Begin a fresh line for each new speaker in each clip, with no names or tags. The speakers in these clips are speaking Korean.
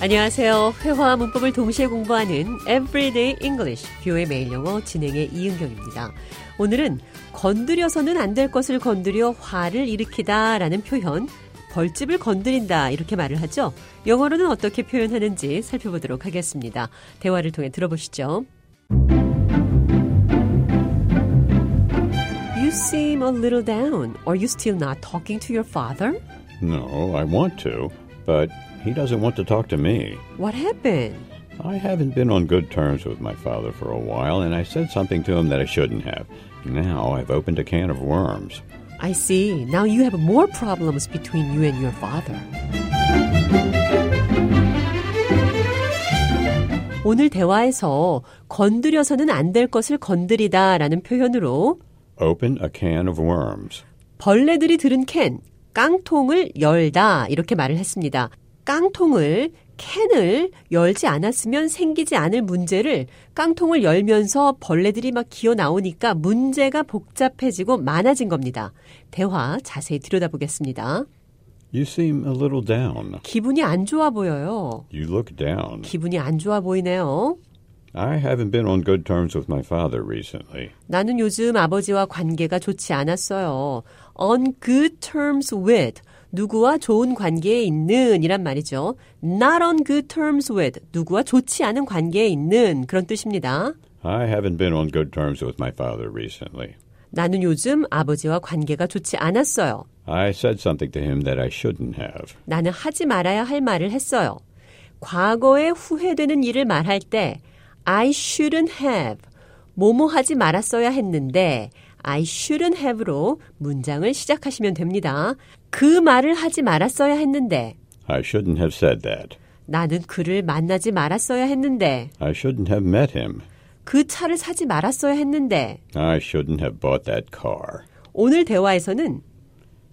안녕하세요. 회화와 문법을 동시에 공부하는 Everyday English 뷰의 매일 영어 진행의 이은경입니다. 오늘은 건드려서는 안 될 것을 건드려 화를 일으키다라는 표현, 벌집을 건드린다 이렇게 말을 하죠. 영어로는 어떻게 표현하는지 살펴보도록 하겠습니다. 대화를 통해 들어보시죠. You seem a little down. Are you still not talking to your father?
No, I want to, but he doesn't want to talk to me.
What happened?
I haven't been on good terms with my father for a while, and I said something to him that I shouldn't have. Now I've opened a can of worms.
I see. Now you have more problems between you and your father. 오늘 대화에서 건드려서는 안 될 것을 건드리다라는 표현으로
Open a can of worms.
벌레들이 들은 캔, 깡통을 열다 이렇게 말을 했습니다. 깡통을 캔을 열지 않았으면 생기지 않을 문제를 깡통을 열면서 벌레들이 막 기어 나오니까 문제가 복잡해지고 많아진 겁니다. 대화 자세히 들여다보겠습니다.
You seem a little down.
기분이 안 좋아 보여요.
You look down.
기분이 안 좋아 보이네요.
I haven't been on good terms with my father recently.
나는 요즘 아버지와 관계가 좋지 않았어요. On good terms with 누구와 좋은 관계에 있는 이란 말이죠. Not on good terms with 누구와 좋지 않은 관계에 있는 그런 뜻입니다.
I haven't been on good terms with my father recently.
나는 요즘 아버지와 관계가 좋지 않았어요.
I said something to him that I shouldn't have.
나는 하지 말아야 할 말을 했어요. 과거에 후회되는 일을 말할 때 I shouldn't have 뭐뭐 하지 말았어야 했는데 I shouldn't have로 문장을 시작하시면 됩니다. 그 말을 하지 말았어야 했는데
I shouldn't have said that.
나는 그를 만나지 말았어야 했는데
I shouldn't have met him.
그 차를 사지 말았어야 했는데
I shouldn't have bought that car.
오늘 대화에서는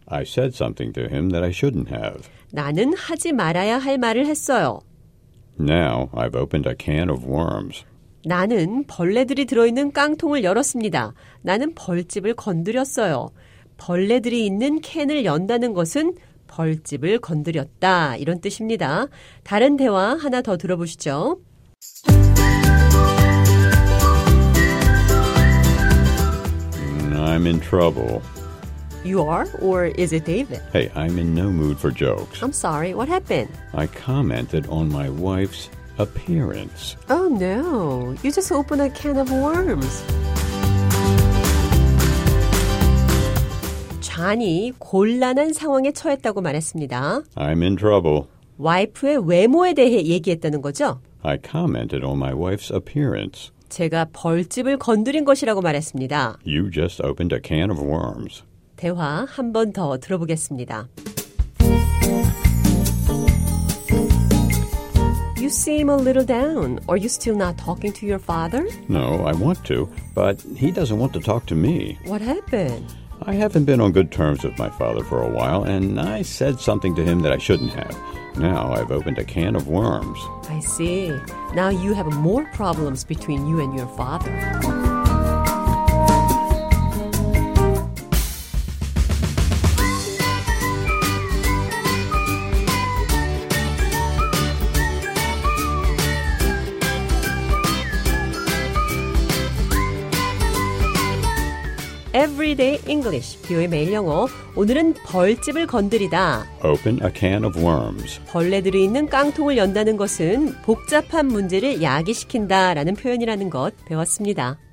I said something to him that I shouldn't have.
나는 하지 말아야 할 말을 했어요.
Now I've opened a can of worms.
나는 벌레들이 들어있는 깡통을 열었습니다. 나는 벌집을 건드렸어요. 벌레들이 있는 캔을 연다는 것은 벌집을 건드렸다. 이런 뜻입니다. 다른 대화 하나 더 들어보시죠.
Mm, I'm in trouble.
You are or is it David?
Hey, I'm in no mood for jokes.
I'm sorry. What happened?
I commented on my wife's appearance.
Oh no. You just opened a can of worms. 잔이 곤란한 상황에 처했다고 말했습니다.
I'm in trouble.
와이프의 외모에 대해 얘기했다는 거죠?
I commented on my wife's appearance.
제가 벌집을 건드린 것이라고 말했습니다.
You just opened a can of worms.
대화 한 번 더 들어보겠습니다. You seem a little down. Are you still not talking to your father?
No, I want to, but he doesn't want to talk to me.
What happened?
I haven't been on good terms with my father for a while, and I said something to him that I shouldn't have. Now I've opened a can of worms.
I see. Now you have more problems between you and your father. Everyday English, 비오의 매일 영어. 오늘은 벌집을 건드리다.
Open a can of worms.
벌레들이 있는 깡통을 연다는 것은 복잡한 문제를 야기시킨다라는 표현이라는 것 배웠습니다.